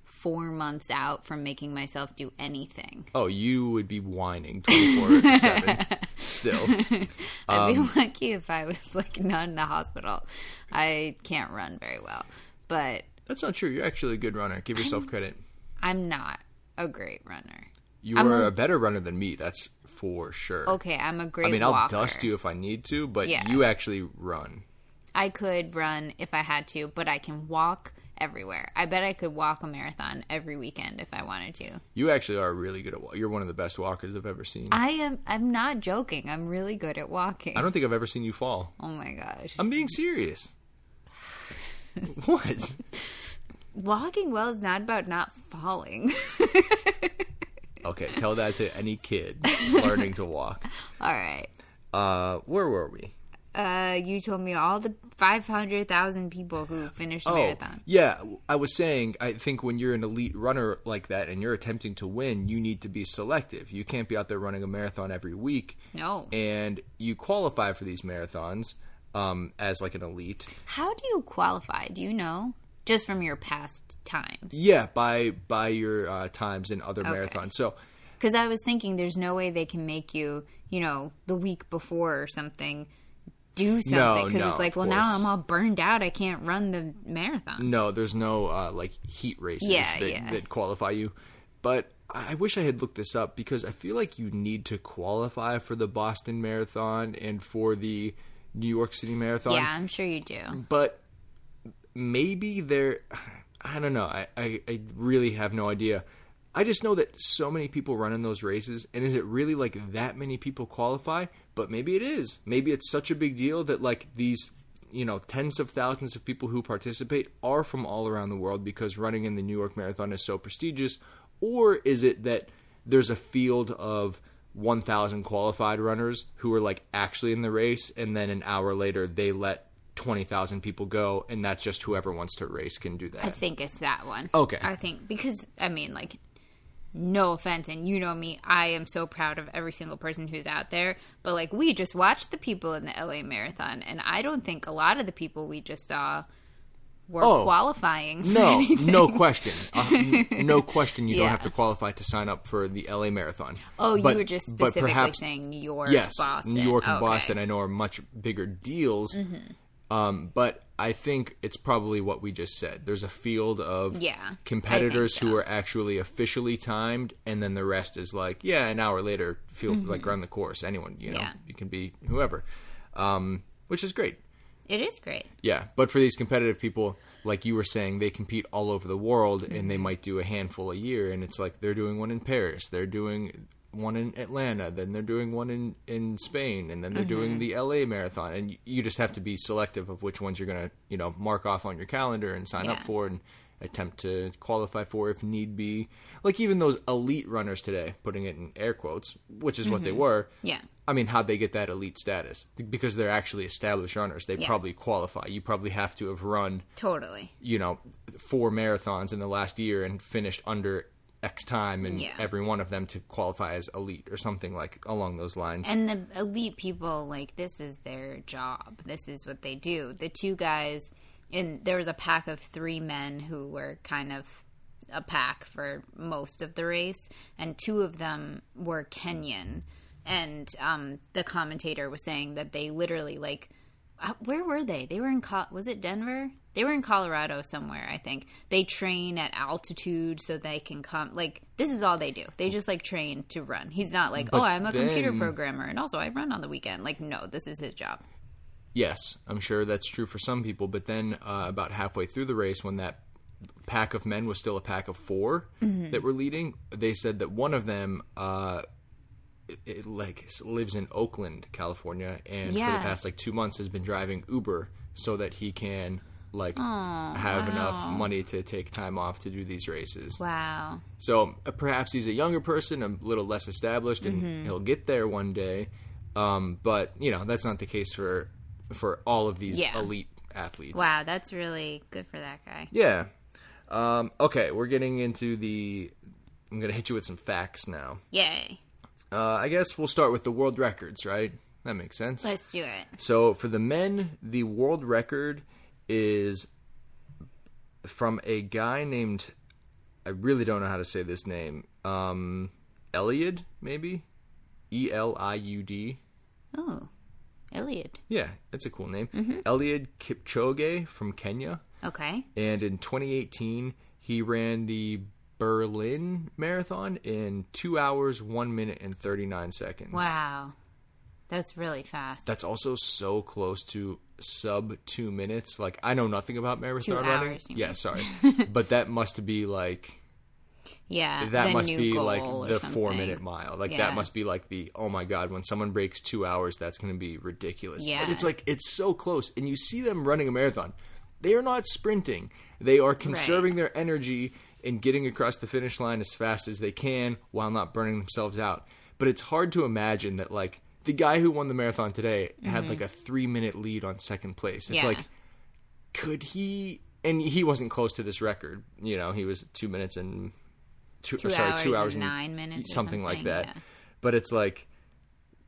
S1: four months out from making myself do anything.
S2: oh, you would be whining 24 7 still.
S1: I'd
S2: Um,
S1: be lucky if I was like not in the hospital. I can't run very well, but
S2: That's not true. You're actually a good runner. Give yourself credit.
S1: I'm not a great runner.
S2: You were a, better runner than me. That's for sure.
S1: Okay, I'm a great.
S2: I mean, I'll
S1: Oh, walker.
S2: dust you if I need to, but
S1: Yeah.
S2: you actually run.
S1: I could run if I had to, but I can walk everywhere. I bet I could walk a marathon every weekend if I wanted to.
S2: You actually are really good at walking. You're one of the best walkers I've ever seen.
S1: I am. I'm not joking. I'm really good at walking.
S2: I don't think I've ever seen you fall.
S1: oh my gosh.
S2: I'm being serious. what?
S1: walking well is not about not falling.
S2: Okay, tell that to any kid learning to walk.
S1: All right.
S2: Uh, where were we?
S1: Uh, you told me all the 500,000 people who finished
S2: Oh.
S1: the marathon.
S2: yeah. I was saying, I think when you're an elite runner like that and you're attempting to win, you need to be selective. You can't be out there running a marathon every week.
S1: No.
S2: And you qualify for these marathons um, as like an elite.
S1: How do you qualify? Do you know? Just from your past times.
S2: Yeah, by by your uh, times in other marathons. So
S1: Because I was thinking there's no way they can make you, you know, the week before or something do something. Because
S2: no,
S1: it's like,
S2: of
S1: well, now
S2: course.
S1: I'm all burned out. I can't run the marathon.
S2: no, there's no uh, like heat races
S1: Yeah,
S2: that,
S1: yeah.
S2: that qualify you. But I wish I had looked this up because I feel like you need to qualify for the Boston Marathon and for the New York City Marathon.
S1: Yeah, I'm sure you do.
S2: but maybe they're i don't know I, I, I really have no idea i just know that so many people run in those races and is it really like that many people qualify but maybe it is maybe it's such a big deal that like these you know tens of thousands of people who participate are from all around the world because running in the new york marathon is so prestigious or is it that there's a field of 1000 qualified runners who are like actually in the race and then an hour later they let 20,000 people go, and that's just whoever wants to race can do
S1: I
S2: that.
S1: think it's that one.
S2: Okay.
S1: I think because I mean, like, no offense, and you know me, I am so proud of every single person who's out there. But like, we just watched the people in the LA Marathon, and I don't think a lot of the people we just saw were
S2: Oh.
S1: qualifying. for
S2: No,
S1: anything.
S2: no question. Uh, n- no question you
S1: Yeah.
S2: don't have to qualify to sign up for the LA Marathon.
S1: Oh, you
S2: But-
S1: were just
S2: but
S1: specifically
S2: perhaps-
S1: saying New York,
S2: yes,
S1: Boston.
S2: New York and
S1: Okay. Mm-hmm.
S2: Boston, I know, are much bigger deals. Um, but I think it's probably what we just said. There's a field of
S1: Yeah, I think
S2: competitors who are actually officially timed, and then the rest is like, yeah, an hour later, feel like run the course. Anyone, you know,
S1: Mm-hmm. Yeah.
S2: you can be whoever, um, which is great.
S1: It is great.
S2: Yeah, but for these competitive people, like you were saying, they compete all over the world, and they might do a handful a year. And it's like they're doing one in Paris, they're doing one in Atlanta, then they're doing one in in Spain, and then they're doing the L.A. marathon. And y- you just have to be selective of which ones you're gonna, you know, mark off on your calendar and sign up
S1: Yeah.
S2: for and attempt to qualify for if need be. Like even those elite runners today, putting it in air quotes, which is what they were.
S1: Yeah.
S2: I mean, how'd they get that elite status? Because they're actually established runners. They
S1: Yeah.
S2: probably qualify. You probably have to have run,
S1: Totally.
S2: you know, four marathons in the last year and finished under X time in
S1: Yeah.
S2: every one of them to qualify as elite or something like along those lines.
S1: And the elite people, like, this is their job. This is what they do. The two guys, and there was a pack of three men who were kind of a pack for most of the race, and two of them were Kenyan. And um, the commentator was saying that they literally, like, uh, where were they? They were in Col- was it Denver? They were in Colorado somewhere, I think. They train at altitude so they can come. Like this is all they do. They just like train to run. He's not like, oh, I'm a computer
S2: then-
S1: programmer and also I run on the weekend. Like no, this is his job.
S2: yes, I'm sure that's true for some people. But then uh, about halfway through the race, when that pack of men was still a pack of 4 that were leading, they said that one of them, uh, it, it, like s- lives in Oakland, California, and for
S1: Yeah.
S2: the past like two months has been driving Uber so that he can like have enough money to take time off to do these races.
S1: Wow.
S2: So uh, perhaps he's a younger person, a little less established, and
S1: Mm-hmm.
S2: he'll get there one day. Um, but you know that's not the case for for all of these
S1: Yeah.
S2: elite athletes.
S1: Wow, that's really good for that guy.
S2: Yeah. Um, okay, we're getting into the. I'm gonna hit you with some facts now.
S1: Yay.
S2: Uh, I guess we'll start with the world records, right? That makes sense.
S1: Let's do it.
S2: So for the men, the world record is from a guy named I really don't know how to say this name. Um Eliud, maybe? E L I U D.
S1: Ooh. Iliad.
S2: Yeah, that's a cool name. Eliud Kipchoge from Kenya.
S1: Okay.
S2: And in 2018, he ran the Berlin Marathon in 2 hours, 1 minute, and 39 seconds.
S1: Wow. That's really fast.
S2: that's also so close to sub two minutes. Like I know nothing about marathon running.
S1: hours, you
S2: yeah, sorry, but that must be like
S1: yeah.
S2: that
S1: the
S2: must
S1: new
S2: be
S1: goal
S2: like
S1: or
S2: the
S1: something.
S2: four minute mile. Like
S1: Yeah.
S2: that must be like the oh my god, when someone breaks two hours, that's going to be ridiculous.
S1: Yeah.
S2: but it's like it's so close, and you see them running a marathon. They are not sprinting. They are conserving their energy and getting across the finish line as fast as they can while not burning themselves out. But it's hard to imagine that like the guy who won the marathon today had like a three minute lead on second place. It's
S1: Mm-hmm. Yeah.
S2: like could he and he wasn't close to this record. You know, he was two minutes and two,
S1: Two
S2: or sorry, two
S1: hours
S2: hours
S1: and nine minutes or
S2: something, like
S1: something,
S2: that.
S1: yeah.
S2: But it's like,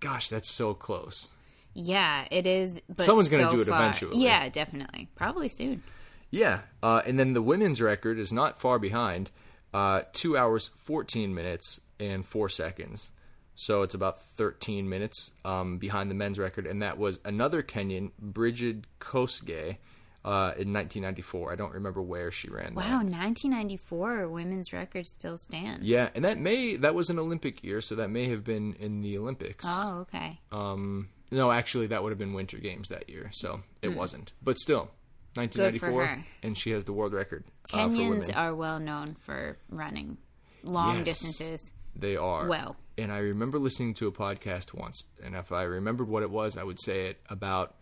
S2: gosh, that's so close.
S1: Yeah, it is. But
S2: Someone's
S1: going
S2: gonna
S1: to
S2: do it eventually.
S1: Yeah, definitely. Probably soon.
S2: Yeah, uh, and then the women's record is not far behind, uh, two hours fourteen minutes and four seconds. So it's about thirteen minutes um, behind the men's record, and that was another Kenyan, Brigid Kosgei, uh, in 1994. I don't remember where she ran. that.
S1: Wow, 1994 women's record still stands.
S2: Yeah, and that may that was an Olympic year, so that may have been in the Olympics.
S1: Oh, okay.
S2: Um, no, actually, that would have been Winter Games that year, so it wasn't. But still,
S1: Hmm. her.
S2: 1994, and she has the world record. uh, for women.
S1: Kenyans are well known for running long
S2: Yes.
S1: distances.
S2: They are.
S1: Well.
S2: And I remember listening to a podcast once, and if I remembered what it was, I would say it about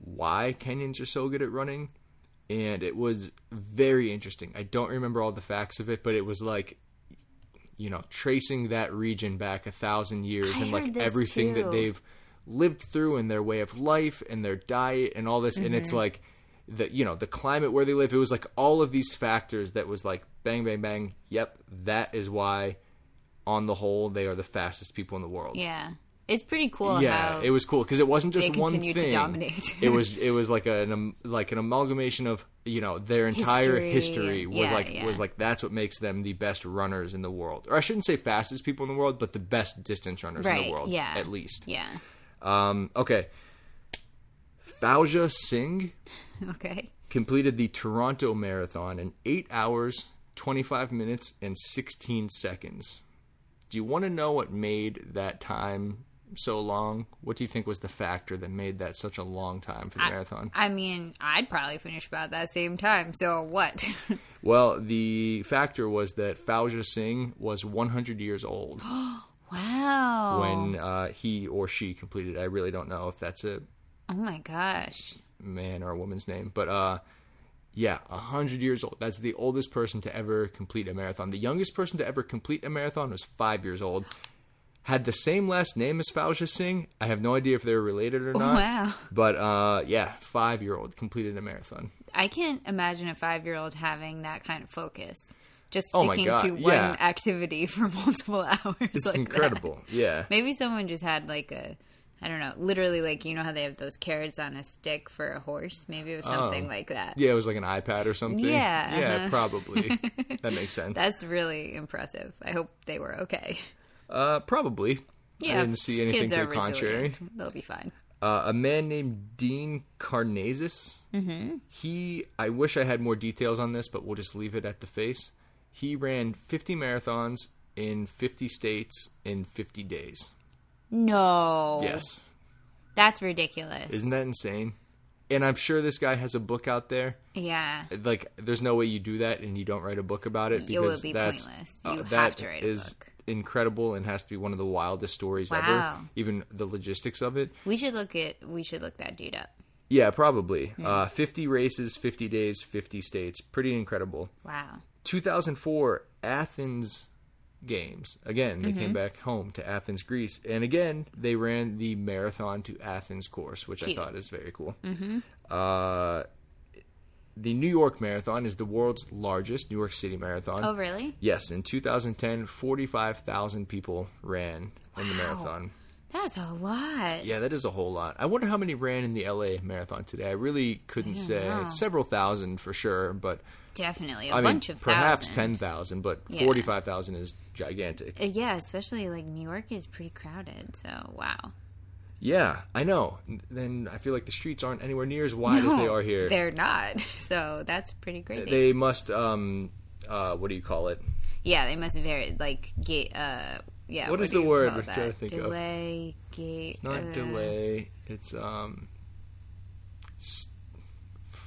S2: why Kenyans are so good at running. And it was very interesting. I don't remember all the facts of it, but it was like, you know, tracing that region back a thousand years
S1: I
S2: and
S1: heard
S2: like
S1: this
S2: everything
S1: too.
S2: that they've lived through and their way of life and their diet and all this. And it's
S1: Mm-hmm.
S2: like, the you know the climate where they live it was like all of these factors that was like bang bang bang yep that is why on the whole, they are the fastest people in the world.
S1: Yeah. It's pretty cool
S2: Yeah,
S1: how
S2: it was cool because it wasn't just
S1: they
S2: one thing.
S1: continue to dominate.
S2: it was it was like an um, like an amalgamation of you know their entire
S1: History.
S2: history was
S1: Yeah,
S2: like
S1: yeah.
S2: was like that's what makes them the best runners in the world, or I shouldn't say fastest people in the world, but the best distance runners in
S1: right.
S2: the world,
S1: yeah.
S2: at least.
S1: Yeah.
S2: Um, okay, Fauja Singh
S1: Okay.
S2: completed the Toronto Marathon in 8 hours, 25 minutes, and 16 seconds. Do you want to know what made that time so long? What do you think was the factor that made that such a long time for the marathon?
S1: I mean, I'd probably finish about that same time. So what?
S2: Well, the factor was that Fauja Singh was 100 years old
S1: wow.
S2: when uh, he or she completed. I really don't know if that's a
S1: oh my gosh.
S2: man or a woman's name, but uh, yeah, hundred years old. That's the oldest person to ever complete a marathon. The youngest person to ever complete a marathon was five years old. Had the same last name as Fauja Singh. I have no idea if they were related or not.
S1: Wow.
S2: But uh, yeah, five year old completed a marathon.
S1: I can't imagine a five year old having that kind of focus. Just
S2: Oh my
S1: sticking
S2: God,
S1: to one
S2: yeah.
S1: activity for multiple hours. like
S2: It's
S1: that.
S2: incredible. Yeah.
S1: Maybe someone just had like a, I don't know, literally like you know how they have those carrots on a stick for a horse. Maybe it was something like that.
S2: Oh. Yeah, it was like an iPad or something.
S1: Yeah,
S2: Yeah,
S1: uh-huh.
S2: probably. that makes sense.
S1: That's really impressive. I hope they were okay.
S2: Uh, probably.
S1: Yeah,
S2: I didn't see anything
S1: kids
S2: to
S1: are
S2: the contrary.
S1: resilient. They'll be fine.
S2: uh, a man named Dean Carnazes. Mm-hmm. He, I wish I had more details on this, but we'll just leave it at the face. He ran 50 marathons in 50 states in 50 days.
S1: No,
S2: Yes.
S1: that's ridiculous.
S2: Isn't that insane? And I'm sure this guy has a book out there.
S1: yeah,
S2: Like, there's no way you do that and you don't write a book about it because
S1: It would be
S2: that's
S1: pointless.
S2: uh,
S1: You have
S2: that
S1: to write a
S2: is
S1: book.
S2: incredible and has to be one of the wildest stories
S1: Wow.
S2: ever. Even the logistics of it.
S1: we should look at we should look that dude up.
S2: Yeah, probably. Uh, 50 races, 50 days, 50 states. Pretty incredible.
S1: Wow.
S2: 2004 Athens Games. Again, they
S1: Mm-hmm.
S2: came back home to Athens, Greece. And again, they ran the marathon to Athens course, which
S1: Cute. Mm-hmm.
S2: I thought is very cool. Uh, the New York Marathon is the world's largest New York City marathon.
S1: Oh, really?
S2: Yes, in 2010, 45,000 people ran in the marathon.
S1: That's a lot.
S2: Yeah, that is a whole lot. I wonder how many ran in the LA marathon today. I really couldn't say.
S1: know.
S2: Several thousand for sure, but
S1: Definitely a
S2: I
S1: bunch
S2: mean,
S1: of
S2: perhaps
S1: thousand.
S2: ten thousand, but
S1: Yeah.
S2: forty-five thousand is gigantic.
S1: Uh, Yeah, especially like New York is pretty crowded. So wow.
S2: Yeah, I know. N- Then I feel like the streets aren't anywhere near as wide as they
S1: No,
S2: are here.
S1: They're not. So that's pretty crazy.
S2: They must, um, uh, what do you call it?
S1: yeah, they must very like gate. Uh, yeah.
S2: What is
S1: do
S2: the
S1: you
S2: word
S1: call
S2: I'm trying
S1: that?
S2: to think of?
S1: Delay gate. uh, It's
S2: Not delay. It's um, s-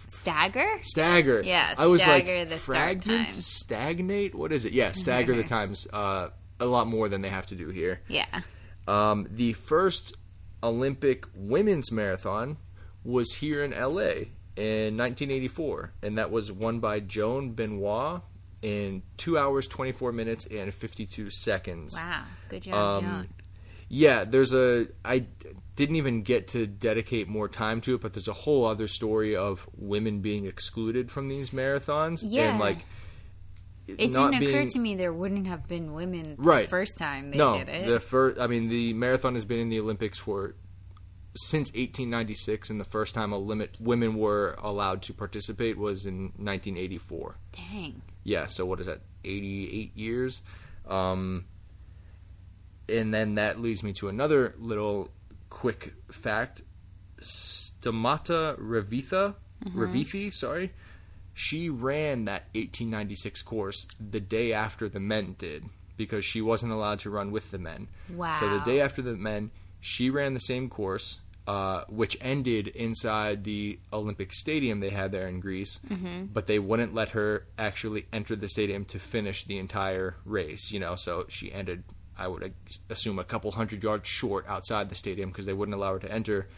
S1: Stagger.
S2: stagger.
S1: Yeah,
S2: I was
S1: stagger
S2: like
S1: the start
S2: fragment,
S1: time.
S2: stagnate. What is it? Yeah, stagger the times. Uh, a lot more than they have to do here.
S1: Yeah.
S2: Um, the first Olympic women's marathon was here in LA in 1984, and that was won by Joan Benoit in two hours, 24 minutes, and 52 seconds.
S1: Wow. Good job,
S2: Um,
S1: Joan.
S2: Yeah, there's a. I didn't even get to dedicate more time to it, but there's a whole other story of women being excluded from these marathons.
S1: Yeah.
S2: And, like,
S1: It
S2: not
S1: didn't occur
S2: being-
S1: to me there wouldn't have been women the
S2: Right.
S1: first time they
S2: no,
S1: did it.
S2: the first. I mean, the marathon has been in the Olympics for since 1896, and the first time a limit women were allowed to participate was in 1984.
S1: Dang.
S2: yeah so what is that 88 years um and then that leads me to another little quick fact stomata revitha
S1: Mm-hmm.
S2: revithi sorry she ran that 1896 course the day after the men did because she wasn't allowed to run with the men
S1: Wow.
S2: so the day after the men, she ran the same course, uh, which ended inside the Olympic Stadium they had there in Greece.
S1: Mm-hmm.
S2: But they wouldn't let her actually enter the stadium to finish the entire race. You know, so she ended, I would uh, assume, a couple hundred yards short outside the stadium because they wouldn't allow her to enter.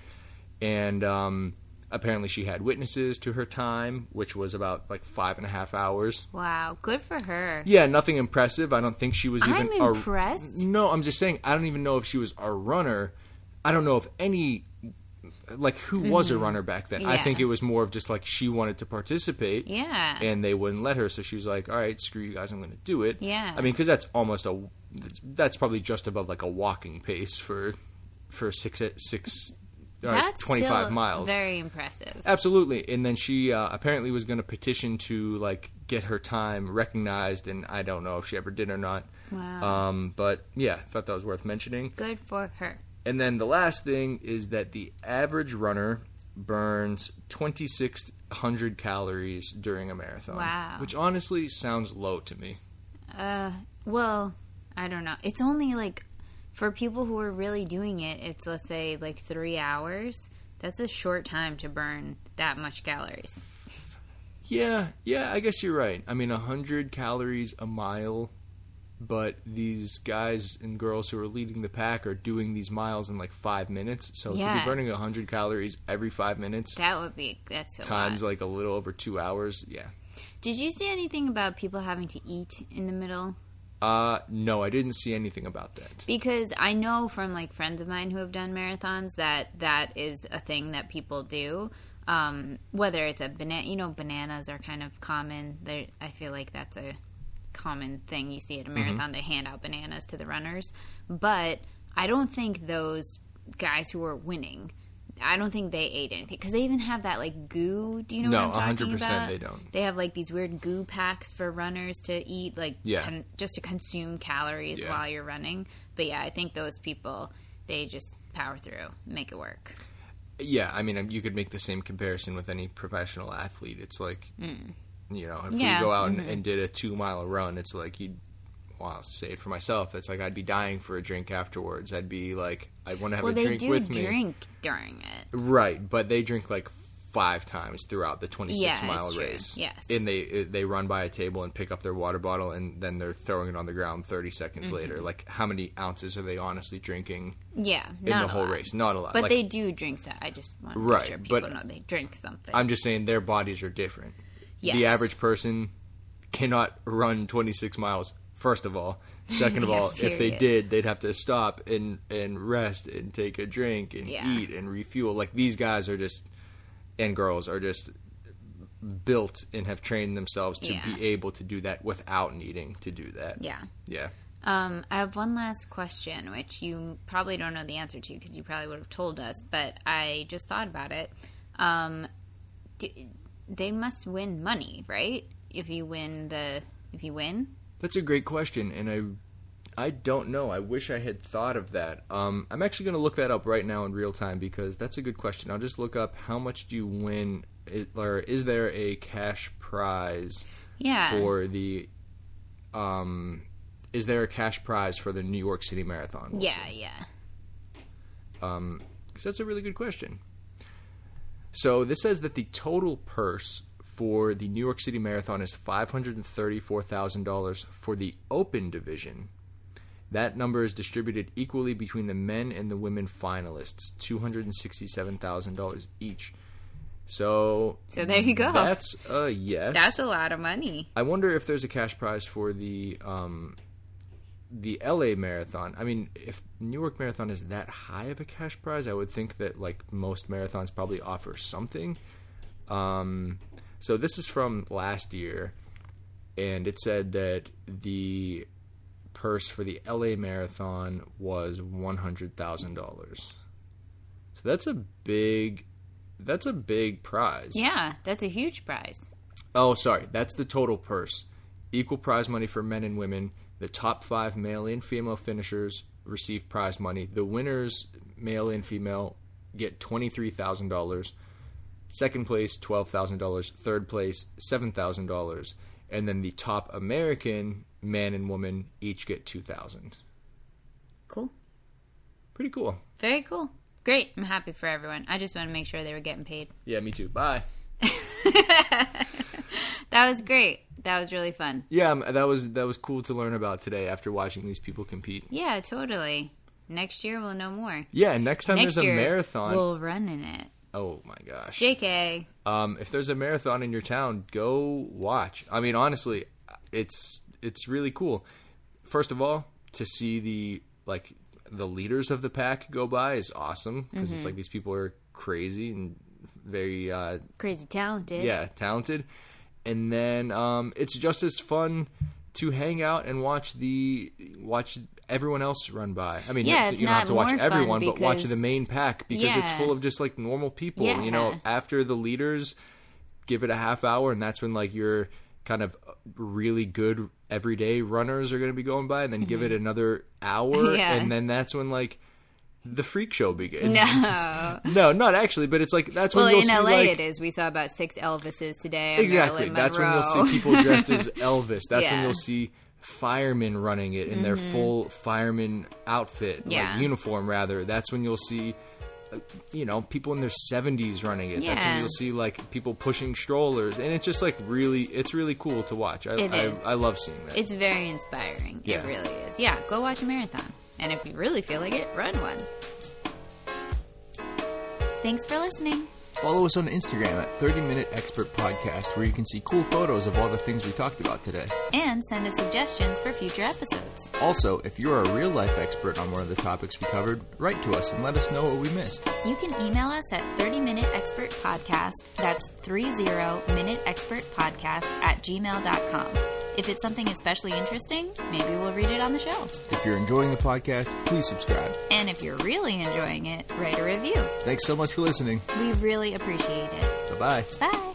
S2: And um, apparently, she had witnesses to her time, which was about like five and a half hours.
S1: Wow. Good for her.
S2: Yeah, nothing impressive. I don't think she was even.
S1: I'm
S2: a-
S1: impressed.
S2: no, I'm just saying. I don't even know if she was a runner. I don't know if any, like, who was a runner back then. I
S1: Mm-hmm. Yeah.
S2: think it was more of just like she wanted to participate,
S1: Yeah.
S2: and they wouldn't let her. So she was like, "All right, screw you guys, I'm going to do it."
S1: Yeah.
S2: I mean, because that's almost a, that's probably just above like a walking pace for, for six six, all right,
S1: That's
S2: twenty five
S1: still
S2: miles.
S1: Very impressive.
S2: Absolutely. And then she uh, apparently was going to petition to like get her time recognized, and I don't know if she ever did or not.
S1: Wow.
S2: Um, but yeah, thought that was worth mentioning.
S1: Good for her.
S2: And then the last thing is that the average runner burns 2,600 calories during a marathon.
S1: Wow.
S2: Which honestly sounds low to me.
S1: Uh, well, I don't know. It's only like for people who are really doing it, it's let's say like three hours. That's a short time to burn that much calories.
S2: Yeah, yeah, I guess you're right. I mean, 100 calories a mile, but these guys and girls who are leading the pack are doing these miles in like five minutes. So to
S1: Yeah.
S2: be burning 100 calories every five minutes
S1: That would be that's a
S2: times
S1: lot.
S2: like a little over two hours, yeah.
S1: Did you see anything about people having to eat in the middle?
S2: Uh, no, I didn't see anything about that.
S1: Because I know from like friends of mine who have done marathons that that is a thing that people do. Um, whether it's a banana, you know, bananas are kind of common. They're, I feel like that's a common thing you see
S2: Mm-hmm.
S1: at a marathon. They hand out bananas to the runners, but I don't think those guys who are winning. I don't think they ate anything because they even have that like goo. Do you know
S2: No,
S1: what I'm talking
S2: 100%
S1: about?
S2: they don't.
S1: They have like these weird goo packs for runners to eat, like
S2: Yeah.
S1: con- just to consume calories
S2: Yeah.
S1: while you're running. But yeah, I think those people they just power through, make it work.
S2: Yeah, I mean, you could make the same comparison with any professional athlete. It's like, you know, if
S1: Hmm. Yeah, mm-hmm.
S2: we go out and, and did a two mile run, it's like you'd. Well, I'll say it for myself. It's like I'd be dying for a drink afterwards. I'd be like, I'd want to have
S1: well,
S2: a
S1: they
S2: drink
S1: do
S2: with me.
S1: drink during it.
S2: Right, but they drink like five times throughout the 26
S1: Yeah,
S2: mile
S1: it's true.
S2: race.
S1: Yes.
S2: And they uh, they run by a table and pick up their water bottle and then they're throwing it on the ground 30 seconds
S1: Mm-hmm.
S2: later. Like how many ounces are they honestly drinking
S1: Yeah,
S2: in
S1: not
S2: the
S1: a
S2: whole
S1: lot.
S2: race? Not a lot.
S1: But
S2: like,
S1: they do drink. So I just want to make
S2: Right,
S1: sure people
S2: but-
S1: know they drink something.
S2: I'm just saying their bodies are different.
S1: Yes.
S2: The average person cannot run 26 miles. First of all, second of
S1: Yeah,
S2: all, if they
S1: period.
S2: did, they'd have to stop and and rest and take a drink and
S1: Yeah.
S2: eat and refuel. Like these guys are just and girls are just built and have trained themselves to
S1: Yeah.
S2: be able to do that without needing to do that.
S1: yeah.
S2: Yeah.
S1: Um, I have one last question, which you probably don't know the answer to because you probably would have told us, but I just thought about it. Um, do, they must win money, right? If you win the, if you win,
S2: That's a great question, and I, I don't know. I wish I had thought of that. Um, I'm actually going to look that up right now in real time because that's a good question. I'll just look up how much do you win, is, or is there a cash prize
S1: yeah,
S2: for the, um, is there a cash prize for the New York City Marathon? We'll
S1: yeah,
S2: see.
S1: yeah.
S2: Um, 'cause that's a really good question. So this says that the total purse for the New York City Marathon is five hundred and thirty-four thousand dollars for the open division. That number is distributed equally between the men and the women finalists, two hundred and sixty-seven thousand dollars each. So
S1: So there you go.
S2: That's a yes.
S1: That's a lot of money.
S2: I wonder if there's a cash prize for the um, the LA marathon. I mean, if New York Marathon is that high of a cash prize, I would think that like most marathons probably offer something. Um, so this is from last year, and it said that the purse for the LA marathon was one hundred thousand dollars. So that's a big, that's a big prize.
S1: Yeah, that's a huge prize.
S2: Oh, sorry. That's the total purse. Equal prize money for men and women. The top five male and female finishers receive prize money. The winners, male and female, get $23,000. Second place, $12,000. Third place, $7,000. And then the top American man and woman each get 2000
S1: Cool.
S2: Pretty cool.
S1: Very cool. Great. I'm happy for everyone. I just want to make sure they were getting paid.
S2: Yeah, me too. Bye.
S1: That was great. That was really fun.
S2: Yeah, um, that was that was cool to learn about today after watching these people compete.
S1: Yeah, totally. Next year we'll know more.
S2: Yeah, and next time
S1: Next
S2: there's a
S1: year
S2: marathon.
S1: we'll run in it.
S2: oh my gosh.
S1: JK.
S2: Um, if there's a marathon in your town, go watch. I mean, honestly, it's it's really cool. First of all, to see the like the leaders of the pack go by is awesome because it's like these people are crazy and very uh,
S1: Crazy talented.
S2: yeah talented. And then um, it's just as fun to hang out and watch the watch everyone else run by. I mean,
S1: Yeah, if
S2: you don't have
S1: not
S2: to watch
S1: more fun
S2: everyone, but watch
S1: because-
S2: the main pack because it's
S1: Yeah.
S2: full of just like normal people. You
S1: Yeah.
S2: know, after the leaders give it a half hour and that's when like your kind of really good everyday runners are going to be going by and then give it another hour
S1: Mm-hmm. Yeah.
S2: and then that's when like the freak show begins
S1: No.
S2: no not actually but it's like that's
S1: well,
S2: when you'll
S1: in
S2: see
S1: LA
S2: like
S1: it is. We saw about six Elvises today. and
S2: exactly
S1: Marilyn
S2: that's when
S1: Monroe.
S2: you'll see people dressed as elvis that's
S1: Yeah.
S2: when
S1: Mm-hmm.
S2: you'll see firemen running it in their full fireman outfit
S1: Yeah.
S2: like uniform rather that's when you'll see uh, you know people in their 70s running it that's when
S1: Yeah.
S2: you'll see like people pushing strollers and it's just like really it's really cool to watch i,
S1: It
S2: I,
S1: is.
S2: I love seeing that
S1: It's very inspiring. It
S2: Yeah.
S1: really is. Yeah, go watch a marathon. And if you really feel like it, run one. Thanks for listening.
S2: follow us on instagram at 30 minute expert podcast where you can see cool photos of all the things we talked about today
S1: And send us suggestions for future episodes.
S2: also if you're a real life expert on one of the topics we covered write to us and let us know what we missed
S1: You can email us at 30minuteexpertpodcast. That's 30minuteexpertpodcast at gmail.com. If it's something especially interesting, maybe we'll read it on the show.
S2: If you're enjoying the podcast, please subscribe.
S1: And if you're really enjoying it, write a review.
S2: Thanks so much for listening.
S1: We really appreciate it.
S2: Bye bye.
S1: Bye.